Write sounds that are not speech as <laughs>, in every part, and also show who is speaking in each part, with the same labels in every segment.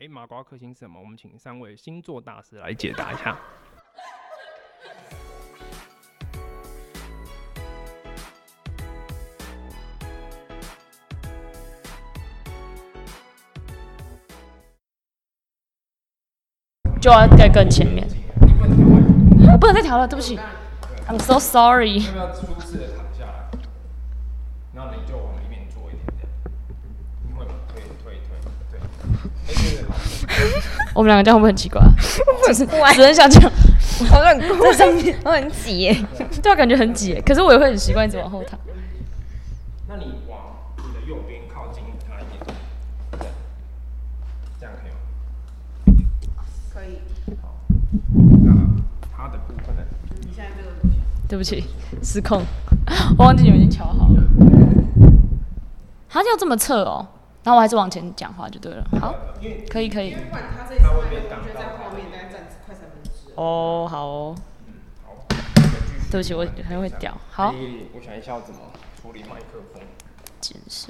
Speaker 1: 哎，麻瓜克星是什么？我们请三位星座大师来解答一下。
Speaker 2: 就要在更前面。我不能再调了，对不起。I'm so sorry。
Speaker 1: 要不要舒适的躺下来？然后你就往里面坐一点，这样。你会吗？推推推推。哎，对对对，
Speaker 2: 我们两个这样会不会很奇怪
Speaker 3: <laughs>
Speaker 2: 啊？就是
Speaker 3: 怪
Speaker 2: 只能想这样，
Speaker 3: 我很在上面，我很挤耶。
Speaker 2: 对啊，感觉很挤耶。可是我也会很习惯一直往后躺。
Speaker 1: 那你往你的右边靠近它一点，这样，这样可以吗？
Speaker 4: 可以，
Speaker 1: 好。那它的部分呢？
Speaker 4: 你现在这个不行。
Speaker 2: 对不起，失控，我忘记你们已经调好了。他要这么侧哦，然后我还是往前讲话就对了。好，
Speaker 1: 呃因为
Speaker 2: 可以可以
Speaker 4: 因。为不然他这一次麦克风就在后面，大概站快三分之二。
Speaker 2: 哦，好哦，
Speaker 1: 好，
Speaker 2: 对不起，我很会屌。好，
Speaker 1: 哎我想一下要怎么处理麦克风。
Speaker 2: 健身，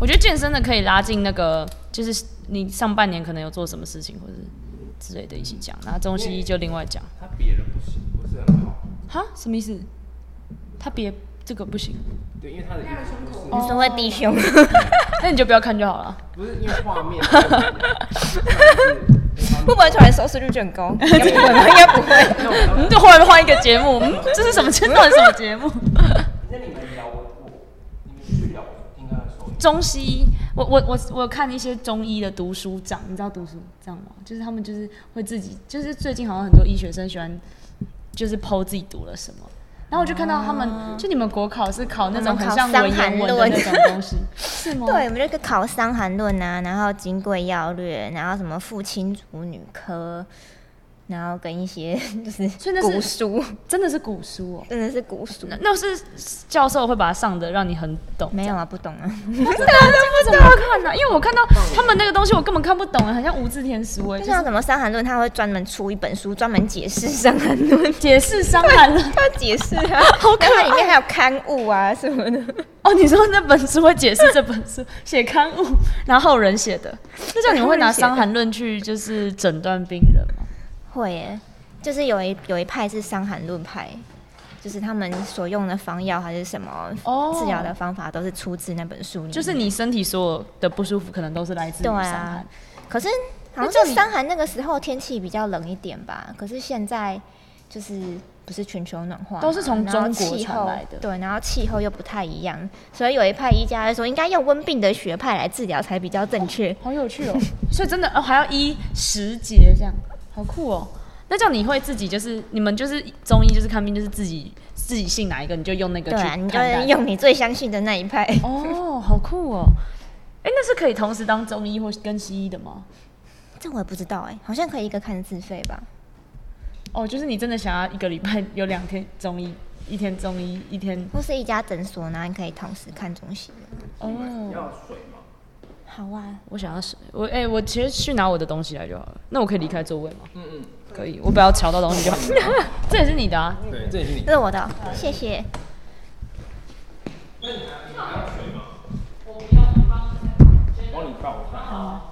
Speaker 2: 我觉得健身的可以拉进那个，就是你上半年可能有做什么事情或者之类的一起讲，那中西医就另外讲。
Speaker 1: 它别的不行，不是很好。
Speaker 2: 哈，什么意思？他别这个不行，
Speaker 1: 对，因为它的
Speaker 4: 他的胸口
Speaker 3: 你说会低胸，
Speaker 2: <laughs> 那你就不要看就好 <laughs> 了。
Speaker 1: 不是因为画
Speaker 4: <laughs>
Speaker 1: 面，它的
Speaker 3: 会不会突然收视率就很
Speaker 4: <laughs>
Speaker 3: 高？应该不会吧？应该不会。
Speaker 2: <laughs> 嗯，就忽然换一个节目，嗯，这是什么？这到底是什么节目？
Speaker 1: 那你们聊我，我你们去聊，应该说
Speaker 2: 中西医，我我我我看一些中医的读书长，你知道读书长吗？就是他们就是会自己，就是最近好像很多医学生喜欢，就是剖自己读了什么。然后我就看到他们，就你们国考是考那种很像文言文的那种东西， <laughs> 是吗？
Speaker 3: 对，我们就考《伤寒论》啊，然后《金匮要略》，然后什么《父亲族女科》，然后跟一些 <laughs> 就是
Speaker 2: 所以那是
Speaker 3: 古书，
Speaker 2: 真的是古书哦。
Speaker 3: 真的是古书。
Speaker 2: 那那是教授会把它上的让你很懂， <laughs>
Speaker 3: 没有啊，不懂 <laughs> 啊。
Speaker 2: 这怎么看 <laughs> 呢、因为我看到他们那个东西，我根本看不懂，很像无字天书哎、
Speaker 3: 就
Speaker 2: 就
Speaker 3: 像
Speaker 2: 是
Speaker 3: 什么《伤寒论》，他会专门出一本书，专门解释《伤寒论》，
Speaker 2: 解释伤寒了。
Speaker 3: 他解释啊，然后它里面还有刊物啊什么的。
Speaker 2: <laughs> 哦，你说那本书会解释这本书，写刊物，然后后人写的，那这样你们会拿《伤寒论》去就是诊断病人吗？
Speaker 3: 会耶，就是有一有一派是伤寒论派，就是他们所用的方药还是什么
Speaker 2: 哦
Speaker 3: 治疗的方法，都是出自那本书里面。
Speaker 2: 就是你身体所有的不舒服，可能都是来自于
Speaker 3: 对
Speaker 2: 伤
Speaker 3: 啊
Speaker 2: 寒。，
Speaker 3: 可是好
Speaker 2: 那
Speaker 3: 像
Speaker 2: 这样
Speaker 3: 就
Speaker 2: 你
Speaker 3: 伤寒那个时候天气比较冷一点吧，可是现在就是。不是全球暖化嘛，
Speaker 2: 都是从
Speaker 3: 然
Speaker 2: 中
Speaker 3: 后
Speaker 2: 国
Speaker 3: 气
Speaker 2: 传
Speaker 3: 候
Speaker 2: 来的
Speaker 3: 对，然后气候又不太一样，所以有一派医家说应该用温病的学派来治疗才比较正确。
Speaker 2: 好有趣哦！ <laughs> 所以真的哦，还要依时节这样，好酷哦。那这样你会自己就是你们就是中医就是看病就是自己自己信哪一个你就用那个
Speaker 3: 对
Speaker 2: 去
Speaker 3: 啊，你
Speaker 2: 看
Speaker 3: 就
Speaker 2: 待
Speaker 3: 是用 <laughs> 你最相信的那一派。 <laughs>
Speaker 2: 哦，好酷哦！哎、那是可以同时当中医或是跟西医的吗？
Speaker 3: 这我也不知道哎、好像可以一个看自费吧。
Speaker 2: 哦，就是你真的想要一个礼拜有两天中医，一天中医，一天
Speaker 3: 或是一家诊所，然后你可以同时看中西医。
Speaker 2: 哦。
Speaker 1: 要水嘛，
Speaker 3: 好啊，
Speaker 2: 我想要水，我哎、我其实去拿我的东西来就好了。那我可以离开座位吗？
Speaker 1: 嗯嗯，
Speaker 2: 可以，我不要瞧到东西就好。 <laughs> 这也是你的啊，
Speaker 1: 对，这也是你
Speaker 3: 这是我的哦，谢谢。
Speaker 1: 帮你抱一下。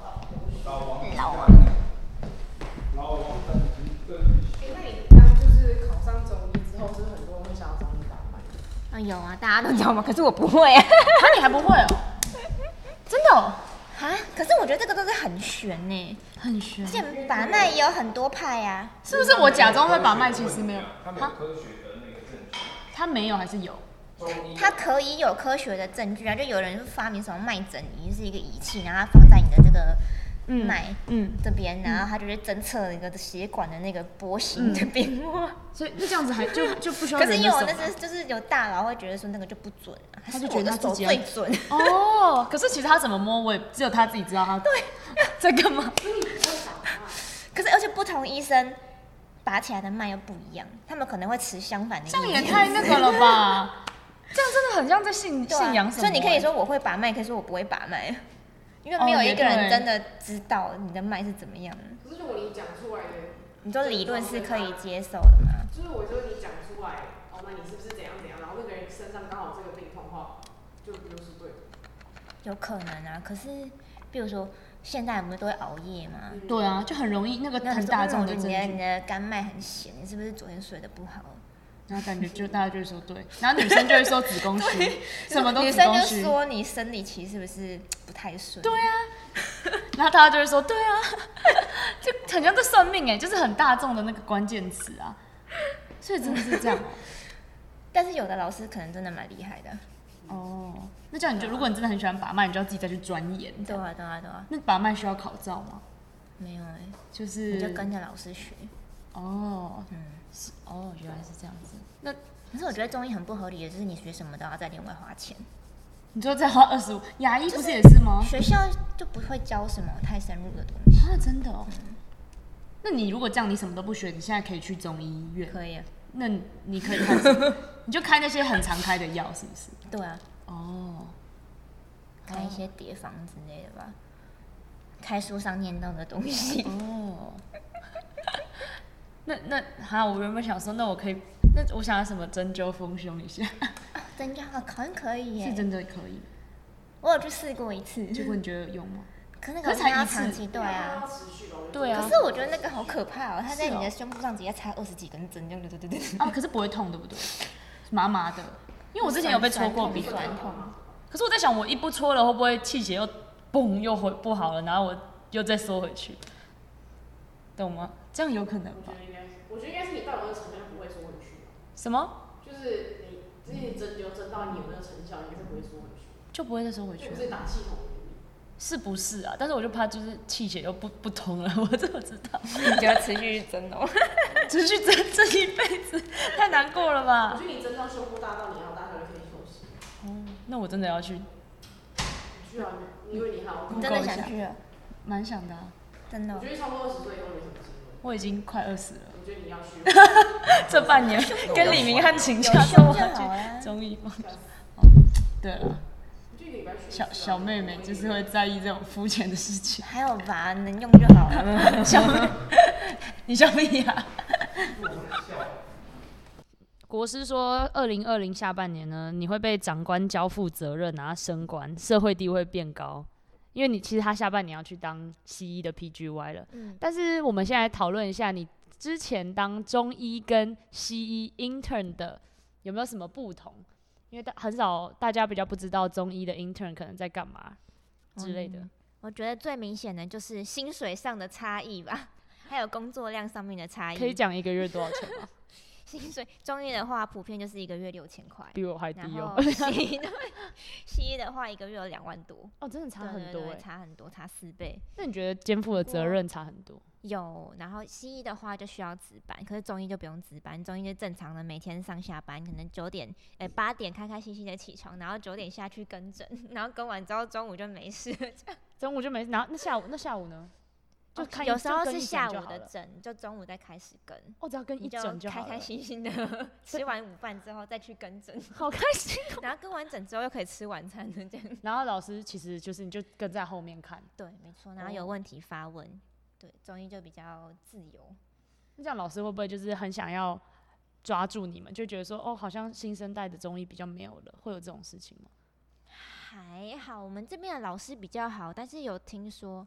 Speaker 4: 那你当就是考上中医之后，是很多人会想要找你打脉。
Speaker 3: 啊有啊，大家都教嘛，可是我不会啊。
Speaker 2: 啊，你还不会哦？真的、哦？
Speaker 3: 啊，可是我觉得这个都是很悬呢、
Speaker 2: 很悬
Speaker 3: 之，前把脉也有很多派啊呀、
Speaker 2: 是不是？我假装会把脉，其实没有。他
Speaker 1: 科学的那个证据，
Speaker 2: 他没有还是有？
Speaker 1: 中医
Speaker 3: 它可以有科学的证据啊，就有人就发明什么脉诊仪，就是一个仪器，然后它放在你的这个脉、
Speaker 2: 嗯，
Speaker 3: 这边，然后它就会侦测那个血管的那个波形的变化。
Speaker 2: 所以那这样子还就就不需要
Speaker 3: 可是
Speaker 2: 人
Speaker 3: 因
Speaker 2: 的
Speaker 3: 为
Speaker 2: 手
Speaker 3: 我
Speaker 2: 吗。
Speaker 3: 那嗯是就是有大佬会觉得说那个就不准啊，还
Speaker 2: 他
Speaker 3: 是
Speaker 2: 就觉
Speaker 3: 我
Speaker 2: 得
Speaker 3: 的
Speaker 2: 他
Speaker 3: 手
Speaker 2: 自己要
Speaker 3: 最准。
Speaker 2: 哦，可是其实他怎么摸，我也只有他自己知道他对 <laughs> 在干嘛。
Speaker 3: 可是而且不同医生拔起来的脉又不一样，他们可能会持相反的意
Speaker 2: 这样
Speaker 3: 见。
Speaker 2: 也太那个了吧？ <laughs> 这样真的很像在信
Speaker 3: 对啊
Speaker 2: 信仰什么欸？
Speaker 3: 所以你可以说我会拔脉，可以说我不会拔脉，因为没
Speaker 2: 哦
Speaker 3: 有
Speaker 2: 也
Speaker 3: 一个人
Speaker 2: 对
Speaker 3: 真的知道你的脉是怎么样的。
Speaker 4: 可是如果你讲出来的，
Speaker 3: 你说理论是可以接受的吗？
Speaker 4: 就是我说你讲出来，哦，那你是不是怎样怎样？然后那个人身上刚好这个病痛的话，就不就是对的。
Speaker 3: 有可能啊，可是比如说现在我们都会熬夜嘛，
Speaker 2: 对啊，就很容易那个
Speaker 3: 那
Speaker 2: 很大众的
Speaker 3: 你
Speaker 2: 证
Speaker 3: 的你
Speaker 2: 据，
Speaker 3: 的肝脉很咸，你是不是昨天睡得不好？
Speaker 2: 然后感觉就大家就会说对，然后女生就会说子宫
Speaker 3: <laughs>
Speaker 2: 虚，什么都
Speaker 3: 女
Speaker 2: 子
Speaker 3: 生
Speaker 2: 宫
Speaker 3: 就
Speaker 2: 虚，
Speaker 3: 说你生理期是不是不太顺？
Speaker 2: 对啊，然后大家就会说对啊，就很像在算命哎，就是很大众的那个关键词啊，所以真的是这样哦、
Speaker 3: 但是有的老师可能真的蛮厉害的。 <laughs>
Speaker 2: 哦，那这样你
Speaker 3: 啊
Speaker 2: 就，如果你真的很喜欢把脉，你就要自己再去钻研。
Speaker 3: 对啊，对啊，对啊，
Speaker 2: 那把脉需要考照吗？
Speaker 3: 没有哎、
Speaker 2: 就是
Speaker 3: 你就跟着老师学。
Speaker 2: 哦，
Speaker 3: 嗯，
Speaker 2: 是哦，原来是这样子。那
Speaker 3: 可是我觉得中医很不合理的就是你学什么都要在另外花钱，
Speaker 2: 你就再花二十五，牙医不是也是吗？
Speaker 3: 学校就不会教什么太深入的东西。
Speaker 2: 啊，真的哦。那你如果这样，你什么都不学，你现在可以去中医院。
Speaker 3: 可以啊，
Speaker 2: 那你你可以看什 <laughs> 么，你就开那些很常开的药，是不是？
Speaker 3: 对啊，
Speaker 2: 哦，
Speaker 3: 开一些叠房之类的吧，开书上念到的东西。
Speaker 2: 哦， <laughs> 那那好，我原本想说，那我可以，那我想要什么针灸丰胸一 <laughs> 下，
Speaker 3: 增加了，好像可以
Speaker 2: 是
Speaker 3: 耶。
Speaker 2: 真的可以。
Speaker 3: 我有去试过一次，
Speaker 2: 结果你觉得有用吗？
Speaker 3: 可是那
Speaker 2: 可
Speaker 3: 个
Speaker 2: 是才
Speaker 3: 要
Speaker 2: 一次
Speaker 3: 长期对啊
Speaker 4: 要。持续的，我觉得
Speaker 2: 对啊
Speaker 3: 可是我觉得那个好可怕哦，它在
Speaker 2: 是哦
Speaker 3: 你的胸部上直接插二十几根针，就对对对对。
Speaker 2: 啊，可是不会痛，对不对？麻麻的，因为我之前有被戳过鼻
Speaker 3: 很
Speaker 2: 子。
Speaker 3: 酸痛。
Speaker 2: 可是我在想，我一不戳了，会不会气血又嘣又回不好了，然后我又再缩回去，懂吗？这样有可能
Speaker 4: 我觉
Speaker 2: 吧？
Speaker 4: 得应该是，我觉得应该是你到有没有成效不会说回去，
Speaker 2: 什么
Speaker 4: 就是你之前针灸针到你有没有成效，应该是不会说回去，
Speaker 2: 就不会再缩回去
Speaker 4: 就不
Speaker 2: 了？
Speaker 4: 是打系统的原因。
Speaker 2: 是不是啊？但是我就怕就是气血又不不通了，我怎么知道？ <laughs>
Speaker 3: 你就要持续针哦。
Speaker 2: 持续这这一辈子太难过了
Speaker 4: 我
Speaker 3: 啊
Speaker 2: 吧？
Speaker 4: 觉得你针到胸部大到你要大概可以休息，
Speaker 2: 哦，那我真的要去，
Speaker 4: 你去啊，因为你还有空
Speaker 3: 你真的想去了？
Speaker 2: 蛮想的、啊。
Speaker 3: 真的
Speaker 4: 我
Speaker 3: 哦
Speaker 4: 觉。得差不多二十岁以后没什么机会，
Speaker 2: 我已经快饿 <laughs> 死了，
Speaker 4: 我觉得你要去。
Speaker 2: 这半年跟李明翰请假
Speaker 3: 有，胸
Speaker 2: 说我
Speaker 3: 就
Speaker 2: 要
Speaker 3: 好啊
Speaker 2: 去中医吗？对了，
Speaker 4: 就礼拜去一次
Speaker 2: 小
Speaker 4: 啊
Speaker 2: 小妹妹就是会在意这种肤浅的事情。
Speaker 3: 还有吧，能用就好
Speaker 2: <laughs>
Speaker 3: 了。
Speaker 2: 小妹，你小妹呀、 <laughs> 国师说，二零二零下半年呢，你会被长官交付责任啊，升官，社会地位变高，因为你其实他下半年要去当西医的 PGY 了。
Speaker 3: 嗯
Speaker 2: 但是我们现在来讨论一下，你之前当中医跟西医 intern 的有没有什么不同？因为大很少大家比较不知道中医的 intern 可能在干嘛之类的。
Speaker 3: 我觉得最明显的就是薪水上的差异吧， <laughs> 还有工作量上面的差
Speaker 2: 可以
Speaker 3: 异。
Speaker 2: 讲一个月多少钱吗？
Speaker 3: 薪水中医的话，普遍就是一个月六千块，
Speaker 2: 比我还低
Speaker 3: 然
Speaker 2: 哦
Speaker 3: 后。西医
Speaker 2: <laughs>
Speaker 3: 的西医的话，一个月有两万多，
Speaker 2: 哦，真的 <laughs> 差
Speaker 3: 对
Speaker 2: 很
Speaker 3: 对
Speaker 2: 多
Speaker 3: 对
Speaker 2: 哎。
Speaker 3: 差很多，差四倍。
Speaker 2: 那你觉得肩负的责
Speaker 3: 过
Speaker 2: 任差很多？
Speaker 3: 有，然后西医的话就需要值班，可是中医就不用值班，中医就正常的每天上下班，可能九点哎八、点开开心心的起床，然后九点下去跟诊， <laughs> 然后跟完之后中午就没事了，
Speaker 2: 中午就没，然后那下午那下午呢？就看一
Speaker 3: 哦有时候
Speaker 2: 就跟
Speaker 3: 是
Speaker 2: 一整
Speaker 3: 下
Speaker 2: 就
Speaker 3: 午
Speaker 2: 好
Speaker 3: 的
Speaker 2: 了
Speaker 3: 诊，就中午再开始 <laughs> 跟。
Speaker 2: 哦，只要跟一
Speaker 3: 你就
Speaker 2: 整就
Speaker 3: 开
Speaker 2: 好
Speaker 3: 开
Speaker 2: 了，
Speaker 3: 心心 <laughs> 的吃完午饭之后再去跟 <laughs> 诊，
Speaker 2: 好开心。
Speaker 3: 然后跟完诊之后又可以吃晚餐了，这样。
Speaker 2: 然后老师其实就是你就跟在后面看，
Speaker 3: 对，没错。然后有问题发问，对，中医就比较自由。
Speaker 2: 那这样老师会不会就是很想要抓住你们，就觉得说哦，好像新生代的中医比较没有了，会有这种事情吗？
Speaker 3: 还好，我们这边的老师比较好，但是有听说，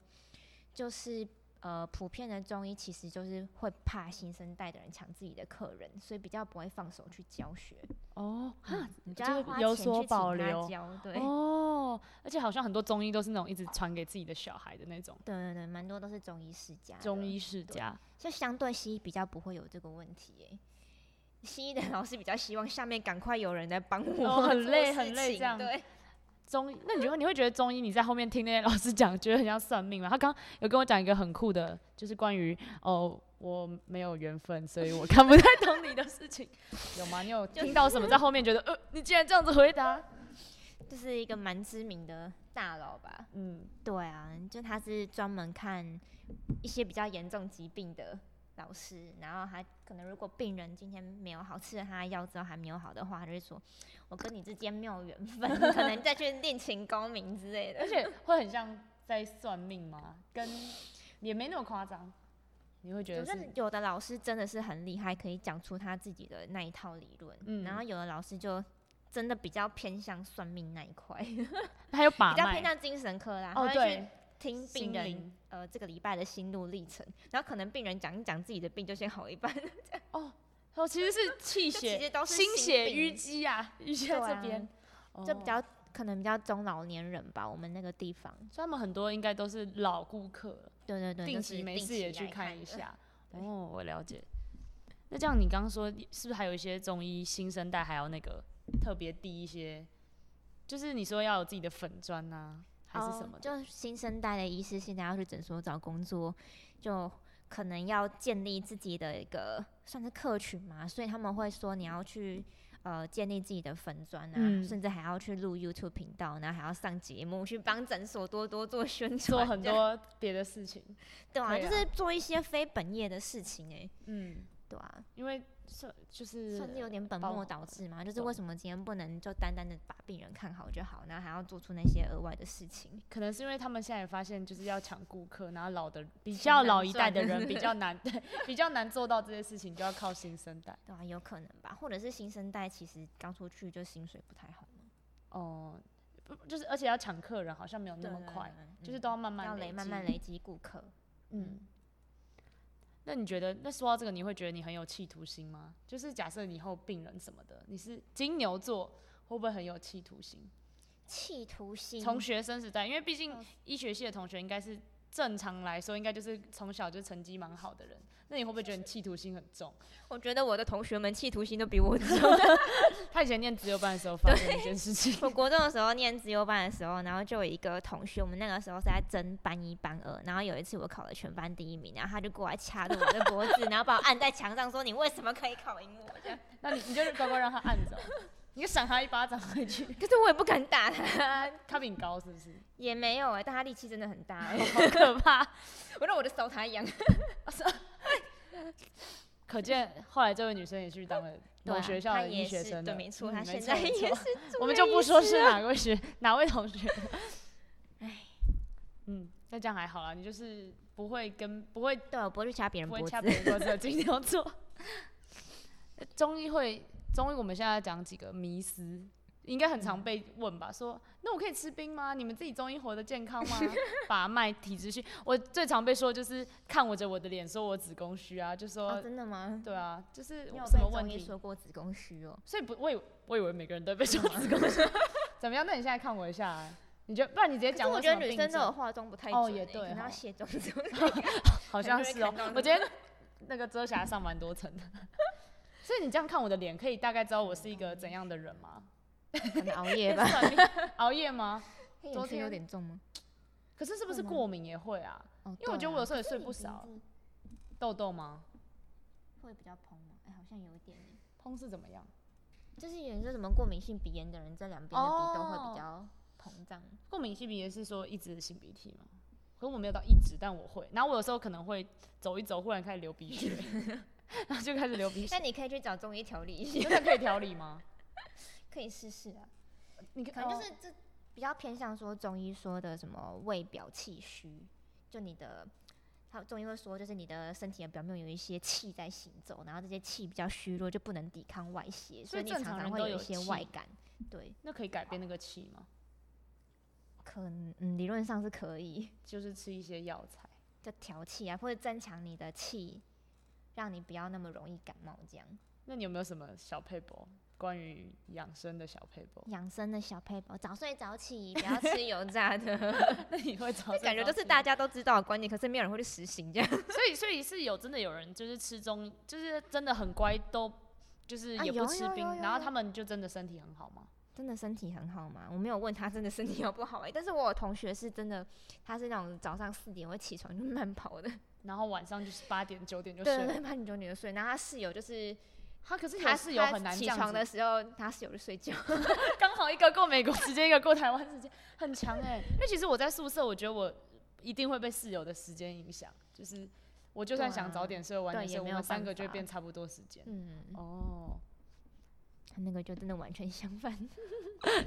Speaker 3: 就是呃，普遍的中医其实就是会怕新生代的人抢自己的客人，所以比较不会放手去教学，
Speaker 2: 哦，哈，
Speaker 3: 你就
Speaker 2: 就
Speaker 3: 要
Speaker 2: 是
Speaker 3: 花
Speaker 2: 有
Speaker 3: 钱去
Speaker 2: 所
Speaker 3: 请
Speaker 2: 保
Speaker 3: 他
Speaker 2: 留
Speaker 3: 教，嗯对。
Speaker 2: 哦，而且好像很多中医都是那种一直传给自己的小孩的那种
Speaker 3: 对对对，蛮多都是中医世家的。
Speaker 2: 中医世
Speaker 3: 对
Speaker 2: 家。
Speaker 3: 就相对西医比较不会有这个问题耶。西医的老师比较希望下面赶快有人来帮我、
Speaker 2: 哦很累
Speaker 3: 做事
Speaker 2: 很累
Speaker 3: 情
Speaker 2: 这样
Speaker 3: 对，
Speaker 2: 中医，那
Speaker 3: 嗯
Speaker 2: 你觉得你会觉得中医你在后面听那些老师讲，觉得很像算命吗？他刚有跟我讲一个很酷的，就是关于哦我没有缘分，所以我看不
Speaker 3: <laughs>
Speaker 2: 太懂你的事情，有吗？你有听到什么在后面觉得呃你竟然这样子回答？
Speaker 3: 就是一个蛮知名的大佬吧。
Speaker 2: 嗯，
Speaker 3: 对啊，就他是专门看一些比较严重疾病的老师，然后他可能如果病人今天没有好，吃了他的药之后还没有好的话，他就会说：“我跟你之间没有缘分，你可能再去 <laughs> 练琴高明之类的。
Speaker 2: 而且会很像在算命吗？跟也没那么夸张，你会”觉
Speaker 3: 就
Speaker 2: 得
Speaker 3: 是
Speaker 2: 是
Speaker 3: 有的老师真的是很厉害，可以讲出他自己的那一套理论，
Speaker 2: 嗯
Speaker 3: 然后有的老师就真的比较偏向算命那一块，比
Speaker 2: <laughs> 还有把
Speaker 3: 较
Speaker 2: 脉
Speaker 3: 偏向精神科啦，
Speaker 2: 哦
Speaker 3: 他会去
Speaker 2: 对，
Speaker 3: 听病
Speaker 2: 心
Speaker 3: 人
Speaker 2: 灵
Speaker 3: 呃这个礼拜的心路历程，然后可能病人讲一讲自己的病就先好一半，
Speaker 2: 哦，哦，其实是气
Speaker 3: 就其实
Speaker 2: 血
Speaker 3: 都，是
Speaker 2: 心血
Speaker 3: 心病
Speaker 2: 淤积啊，淤积在
Speaker 3: 对
Speaker 2: 这
Speaker 3: 啊
Speaker 2: 边，哦
Speaker 3: 就比较可能比较中老年人吧，我们那个地方。
Speaker 2: 所以他们很多应该都是老顾客了，
Speaker 3: 对对对，
Speaker 2: 定
Speaker 3: 就
Speaker 2: 期
Speaker 3: 是
Speaker 2: 没
Speaker 3: 定
Speaker 2: 事
Speaker 3: 期
Speaker 2: 也去
Speaker 3: 来
Speaker 2: 看一
Speaker 3: 的。
Speaker 2: 下。
Speaker 3: 对
Speaker 2: 哦，我了解。那这样你刚刚说是不是还有一些中医新生代还有那个特别低一些？就是你说要有自己的粉砖呐、还是什么的？
Speaker 3: 哦就新生代的医师现在要去诊所找工作，就可能要建立自己的一个算是客群嘛，所以他们会说你要去呃建立自己的粉砖啊，
Speaker 2: 嗯
Speaker 3: 甚至还要去录 YouTube 频道，然后还要上节目去帮诊所多多做宣传，
Speaker 2: 做很
Speaker 3: 这样
Speaker 2: 多别的事情。
Speaker 3: 对啊，
Speaker 2: 对
Speaker 3: 就
Speaker 2: 啊
Speaker 3: 是做一些非本业的事情哎、
Speaker 2: 嗯，
Speaker 3: 对啊，
Speaker 2: 因为算就是
Speaker 3: 算是有点本
Speaker 2: 包
Speaker 3: 末倒置嘛，就是
Speaker 2: 懂
Speaker 3: 为什么今天不能就单单的把病人看好就好，然后还要做出那些额外的事情？
Speaker 2: 可能是因为他们现在也发现，就是要抢顾客，然后老的比
Speaker 3: 钱
Speaker 2: 较
Speaker 3: 难
Speaker 2: 老一代
Speaker 3: 赚
Speaker 2: 的人比
Speaker 3: <laughs>
Speaker 2: 较难，对，比较难做到这些事情，就要靠新生代。
Speaker 3: 对啊，有可能吧，或者是新生代其实刚出去就薪水不太好嘛，
Speaker 2: 哦、不就是而且要抢客人，好像没有那
Speaker 3: 对
Speaker 2: 么
Speaker 3: 对
Speaker 2: 快，
Speaker 3: 对嗯
Speaker 2: 就是都要慢慢
Speaker 3: 要
Speaker 2: 累
Speaker 3: 累，慢慢
Speaker 2: 积。
Speaker 3: 累积顾客。
Speaker 2: 嗯。那你觉得，那说到这个，你会觉得你很有企图心吗？就是假设你以后病人什么的，你是金牛座，会不会很有企图心？
Speaker 3: 企图心，
Speaker 2: 从学生时代，因为毕
Speaker 3: 嗯
Speaker 2: 竟医学系的同学应该是正常来说，应该就是从小就成绩蛮好的人。那你会不会觉得你企图心很
Speaker 3: <laughs>
Speaker 2: 重？
Speaker 3: 我觉得我的同学们企图心都比我重。 <laughs>
Speaker 2: 他以前念职优班的时候发生一件事情，
Speaker 3: 我国中的时候念自由班的时候，然后就有一个同学，我们那个时候是在争班一班二，然后有一次我考了全班第一名，然后他就过来掐着我的脖子，然后把我按在墙上说：“你为什么可以考赢我？”这样，
Speaker 2: 那你你就乖乖让他按着，啊你就赏他一巴掌回
Speaker 3: <laughs>
Speaker 2: 去。<laughs>
Speaker 3: <laughs> 可是我也不敢打他，
Speaker 2: 他比你高是不是？
Speaker 3: 也没有哎、但他力气真的很 <laughs> 大、哎
Speaker 2: 好可怕！
Speaker 3: 我让我的手他痒。
Speaker 2: 可见后来这位女生也去当了某学校
Speaker 3: 他
Speaker 2: 的医
Speaker 3: 啊也
Speaker 2: 学
Speaker 3: 是
Speaker 2: 生
Speaker 3: 对，
Speaker 2: 了，
Speaker 3: 没错，
Speaker 2: 嗯
Speaker 3: 他现在也。
Speaker 2: 没
Speaker 3: 是
Speaker 2: 错没错。我们就不说
Speaker 3: 医
Speaker 2: 是
Speaker 3: 师
Speaker 2: 哪位学哪位同
Speaker 3: <laughs>
Speaker 2: 学。
Speaker 3: 唉，
Speaker 2: 嗯，那这样还好啦，你就是不会跟不会
Speaker 3: 对，我不会去掐别人
Speaker 2: 不会
Speaker 3: 脖子
Speaker 2: 掐。别人脖子
Speaker 3: <laughs>
Speaker 2: 的金牛座。中医会，中医我们现在讲几个迷思，应该很
Speaker 3: 嗯
Speaker 2: 常被问吧？说那我可以吃冰吗？你们自己中医活得健康吗？把脉、体质虚，我最常被说就是看我着我的脸说我子宫虚啊，就说、
Speaker 3: 哦，真的吗？
Speaker 2: 对啊，就是
Speaker 3: 你有
Speaker 2: 什
Speaker 3: 被
Speaker 2: 么问
Speaker 3: 中医
Speaker 2: 题？
Speaker 3: 说过子宫虚哦？
Speaker 2: 所以不，我以为我以为每个人都被说子宫虚， <laughs> 怎么样？那你现在看我一下、啊，你觉得不然你直接
Speaker 3: 可是
Speaker 2: 讲
Speaker 3: 我
Speaker 2: 我
Speaker 3: 觉
Speaker 2: 什
Speaker 3: 得
Speaker 2: 么
Speaker 3: 女
Speaker 2: 病
Speaker 3: 生都有
Speaker 2: 症？
Speaker 3: 化妆不太准、
Speaker 2: 哦
Speaker 3: 欸，
Speaker 2: 也对
Speaker 3: 可能
Speaker 2: 哦
Speaker 3: 要卸妆 <laughs> 之后
Speaker 2: 好
Speaker 3: 很
Speaker 2: 像
Speaker 3: 容易
Speaker 2: 是哦
Speaker 3: 看到、那
Speaker 2: 我
Speaker 3: 个
Speaker 2: 今天那个遮瑕上蛮多层的， <laughs> 所以你这样看我的脸，可以大概知道我是一个怎样的人吗？
Speaker 3: 可 <laughs> 能熬夜吧。
Speaker 2: 算命熬夜吗？
Speaker 3: 黑
Speaker 2: 昨
Speaker 3: 眼圈有
Speaker 2: 天
Speaker 3: 点重吗？
Speaker 2: 可是是不是
Speaker 3: 会吗
Speaker 2: 过敏也会啊？
Speaker 3: 哦，
Speaker 2: 因为我觉得我有时候也睡
Speaker 3: 对啊
Speaker 2: 不少
Speaker 3: 可是，你鼻
Speaker 2: 痘痘吗？
Speaker 3: 子会比较蓬嘛，哎、好像有一点耶，
Speaker 2: 碰是怎么样？
Speaker 3: 就是有人说什么过敏性鼻炎的人，这两边的鼻都
Speaker 2: 哦
Speaker 3: 会比较膨胀。
Speaker 2: 过敏性鼻炎是说一直擤鼻涕吗？可是我没有到一直，但我会。然后我有时候可能会走一走，忽然开始流鼻
Speaker 3: <laughs>
Speaker 2: 血，然后就开始流鼻血
Speaker 3: 那。你可以去找中医调理一
Speaker 2: <laughs>
Speaker 3: 下，
Speaker 2: 真的可以调理吗？
Speaker 3: 可以试试啊。
Speaker 2: 你
Speaker 3: 可哦能就是这比较偏向说中医说的什么胃表气虚，就你的。他中医会说，就是你的身体的表面有一些气在行走，然后这些气比较虚弱，就不能抵抗外邪，
Speaker 2: 所
Speaker 3: 所
Speaker 2: 以
Speaker 3: 以你
Speaker 2: 正
Speaker 3: 常
Speaker 2: 常
Speaker 3: 常
Speaker 2: 人
Speaker 3: 会
Speaker 2: 都
Speaker 3: 一
Speaker 2: 有
Speaker 3: 些
Speaker 2: 气
Speaker 3: 外感。对，
Speaker 2: 那可以改变那个气吗？
Speaker 3: 可能嗯，理论上是可以。 <laughs>
Speaker 2: 就是吃一些药材。
Speaker 3: 就调气啊，或者增强你的气，让你不要那么容易感冒。这样
Speaker 2: 那你有没有什么小配博关于养生的小配
Speaker 3: <laughs>
Speaker 2: 博？
Speaker 3: 养生的小配宝，早睡早起，不要吃油炸的，
Speaker 2: <laughs>
Speaker 3: <laughs>
Speaker 2: 那你会找
Speaker 3: 这感觉都是大家都知道的观念，可是没有人会去实行。这样
Speaker 2: 所以，所以是有真的有人就是吃中，就是真的很乖，都就是
Speaker 3: 啊
Speaker 2: 也
Speaker 3: 有
Speaker 2: 不吃
Speaker 3: 有
Speaker 2: 冰，
Speaker 3: 有有
Speaker 2: 然后
Speaker 3: 有
Speaker 2: 他们就真的身体很好吗？
Speaker 3: 真的身体很好吗？我没有问他真的身体好不好哎、 <laughs> 但是我有同学是真的，他是那种早上四点会起床就慢跑的，
Speaker 2: 然后晚上就是八点九点就
Speaker 3: 对
Speaker 2: 睡
Speaker 3: 对
Speaker 2: 了。
Speaker 3: 对，八点九点就睡。然后他室友就是
Speaker 2: 他可是
Speaker 3: 他
Speaker 2: 有室友
Speaker 3: 他
Speaker 2: 很难这
Speaker 3: 起
Speaker 2: 样
Speaker 3: 床
Speaker 2: 子
Speaker 3: 的，时候，他室友就
Speaker 2: <laughs>
Speaker 3: 睡觉。
Speaker 2: 刚好一个过美国时间，一个过台湾时间，很强哎、因为其实我在宿舍，我觉得我一定会被室友的时间影响，就是我就算
Speaker 3: 对啊
Speaker 2: 想早点睡、晚点
Speaker 3: 对也
Speaker 2: 睡，我
Speaker 3: 没有
Speaker 2: 们三
Speaker 3: 办
Speaker 2: 个就会
Speaker 3: 法
Speaker 2: 变差不多时间。
Speaker 3: 嗯，
Speaker 2: 哦，
Speaker 3: 他那个就真的完全相反。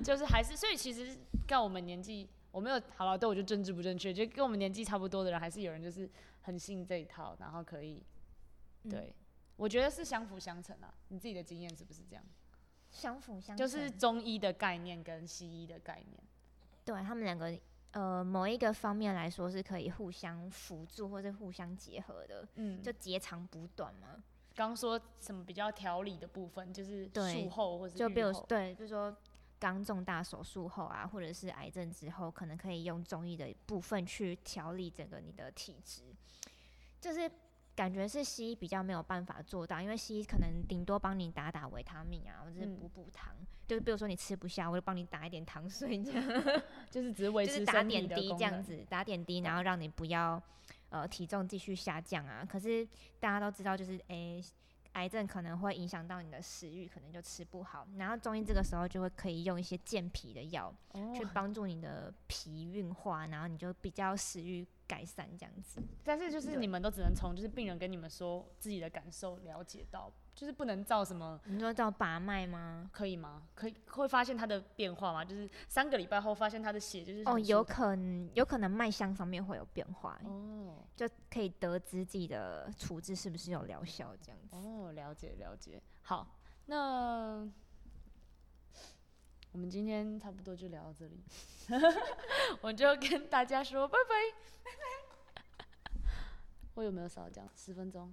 Speaker 2: 就是还是，所以其实跟我们年纪，我没有好了，对我就政治不正确，就跟我们年纪差不多的人，还是有人就是很信这一套，然后可以，
Speaker 3: 嗯
Speaker 2: 对、我觉得是相辅相成啊。你自己的经验是不是这样？
Speaker 3: 相辅相成，
Speaker 2: 就是中医的概念跟西医的概念，
Speaker 3: 对他们两个呃某一个方面来说是可以互相辅助或是互相结合的，
Speaker 2: 嗯，
Speaker 3: 就
Speaker 2: 就
Speaker 3: 截长补短嘛。
Speaker 2: 刚说什么比较调理的部分，就是
Speaker 3: 对
Speaker 2: 术后或者
Speaker 3: 就比如对，比如说刚重大手术后啊，或者是癌症之后，可能可以用中医的部分去调理整个你的体质，就是感觉是西医比较没有办法做到，因为西医可能顶多帮你打打维他命啊，或者是
Speaker 2: 嗯
Speaker 3: 补补糖，就是比如说你吃不下，我就帮你打一点糖水这样。
Speaker 2: 就是只是维
Speaker 3: 就
Speaker 2: 持
Speaker 3: 是打
Speaker 2: 身体
Speaker 3: 点
Speaker 2: 的
Speaker 3: 滴
Speaker 2: 功
Speaker 3: 这样
Speaker 2: 能，
Speaker 3: 子，打点滴，然后让你不要呃体重继续下降啊。可是大家都知道，就是诶、癌症可能会影响到你的食欲，可能就吃不好。然后中医这个时候就会可以用一些健脾的药、去
Speaker 2: 哦，
Speaker 3: 帮助你的脾运化，然后你就比较食欲改善这样子。
Speaker 2: 但是就是
Speaker 3: 对
Speaker 2: 你们都只能从就是病人跟你们说自己的感受了解到，就是不能照什么。
Speaker 3: 你说叫把脉吗？
Speaker 2: 可以吗？可以会发现他的变化吗？就是三个礼拜后发现他的血就是
Speaker 3: 哦，
Speaker 2: 很
Speaker 3: 有
Speaker 2: 舒坦
Speaker 3: 可能有可能脉象上面会有变化，
Speaker 2: 哦
Speaker 3: 就可以得知自己的处置是不是有疗效这样子。
Speaker 2: 哦，了解了解。好，那我们今天差不多就聊到这里， <laughs> 我就 <laughs> 跟大家说拜拜。我有没有少讲十分钟？